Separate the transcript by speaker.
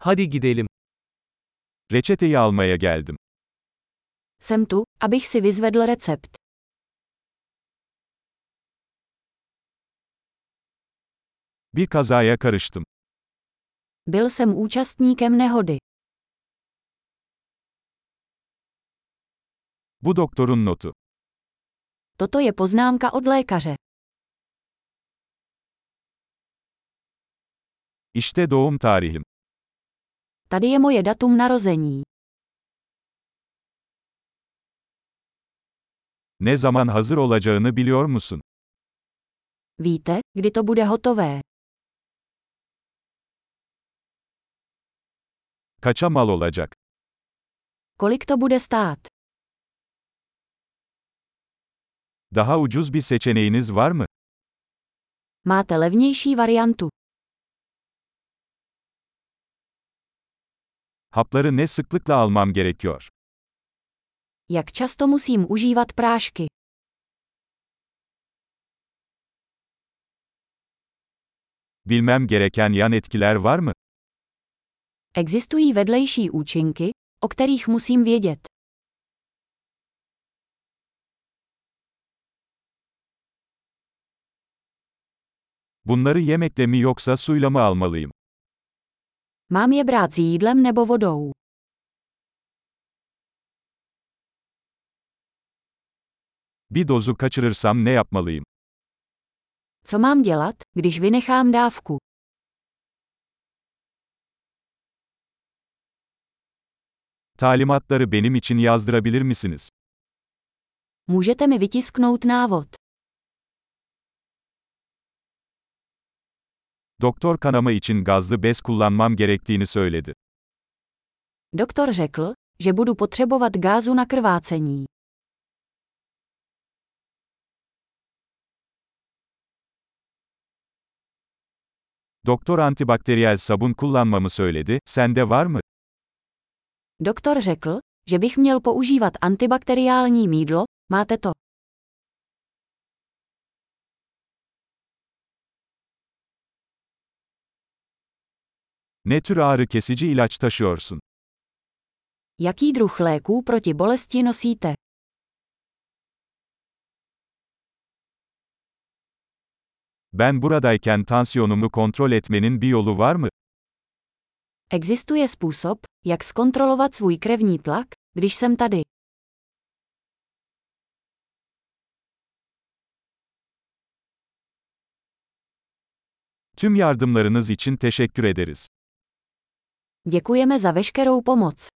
Speaker 1: Hadi gidelim. Reçeteyi almaya geldim.
Speaker 2: Jsem tu, abych si vyzvedl recept.
Speaker 1: Bir kazaya karıştım.
Speaker 2: Byl jsem účastníkem nehody.
Speaker 1: Bu doktorun notu.
Speaker 2: Toto je poznámka od lékaře.
Speaker 1: İşte doğum tarihim.
Speaker 2: Tady je moje datum narození.
Speaker 1: Ne zaman hazır olacağını biliyor musun?
Speaker 2: Víte, kdy to bude hotové?
Speaker 1: Kaça mal olacak?
Speaker 2: Kolik to bude stát?
Speaker 1: Daha ucuz bir seçeneğiniz var mı?
Speaker 2: Máte levnější variantu.
Speaker 1: Hapları ne sıklıkla almam gerekiyor?
Speaker 2: Jak často musím užívat prášky?
Speaker 1: Bilmem gereken yan etkiler var mı?
Speaker 2: Existují vedlejší účinky, o kterých musím vědět.
Speaker 1: Bunları yemekle mi yoksa suyla mı almalıyım?
Speaker 2: Mám je brát s jídlem nebo vodou?
Speaker 1: Bir dozu kaçırırsam ne yapmalıyım?
Speaker 2: Co mám dělat, když vynechám dávku?
Speaker 1: Talimatları benim için yazdırabilir misiniz?
Speaker 2: Můžete mi vytisknout návod.
Speaker 1: Doktor kanama için gazlı bez kullanmam gerektiğini söyledi.
Speaker 2: Doktor řekl, že budu potřebovat gázu na krvácení.
Speaker 1: Doktor antibakteriyel sabun kullanmamı söyledi, sende var mı?
Speaker 2: Doktor řekl, že bych měl používat antibakteriální mídlo, máte to.
Speaker 1: Ne tür ağrı kesici ilaç taşıyorsun?
Speaker 2: Jaký druh léků proti bolesti nosíte?
Speaker 1: Ben buradayken tansiyonumu kontrol etmenin bir yolu var mı?
Speaker 2: Existuje způsob, jak zkontrolovat svůj krevní tlak, když jsem tady.
Speaker 1: Tüm yardımlarınız için teşekkür ederiz.
Speaker 2: Děkujeme za veškerou pomoc.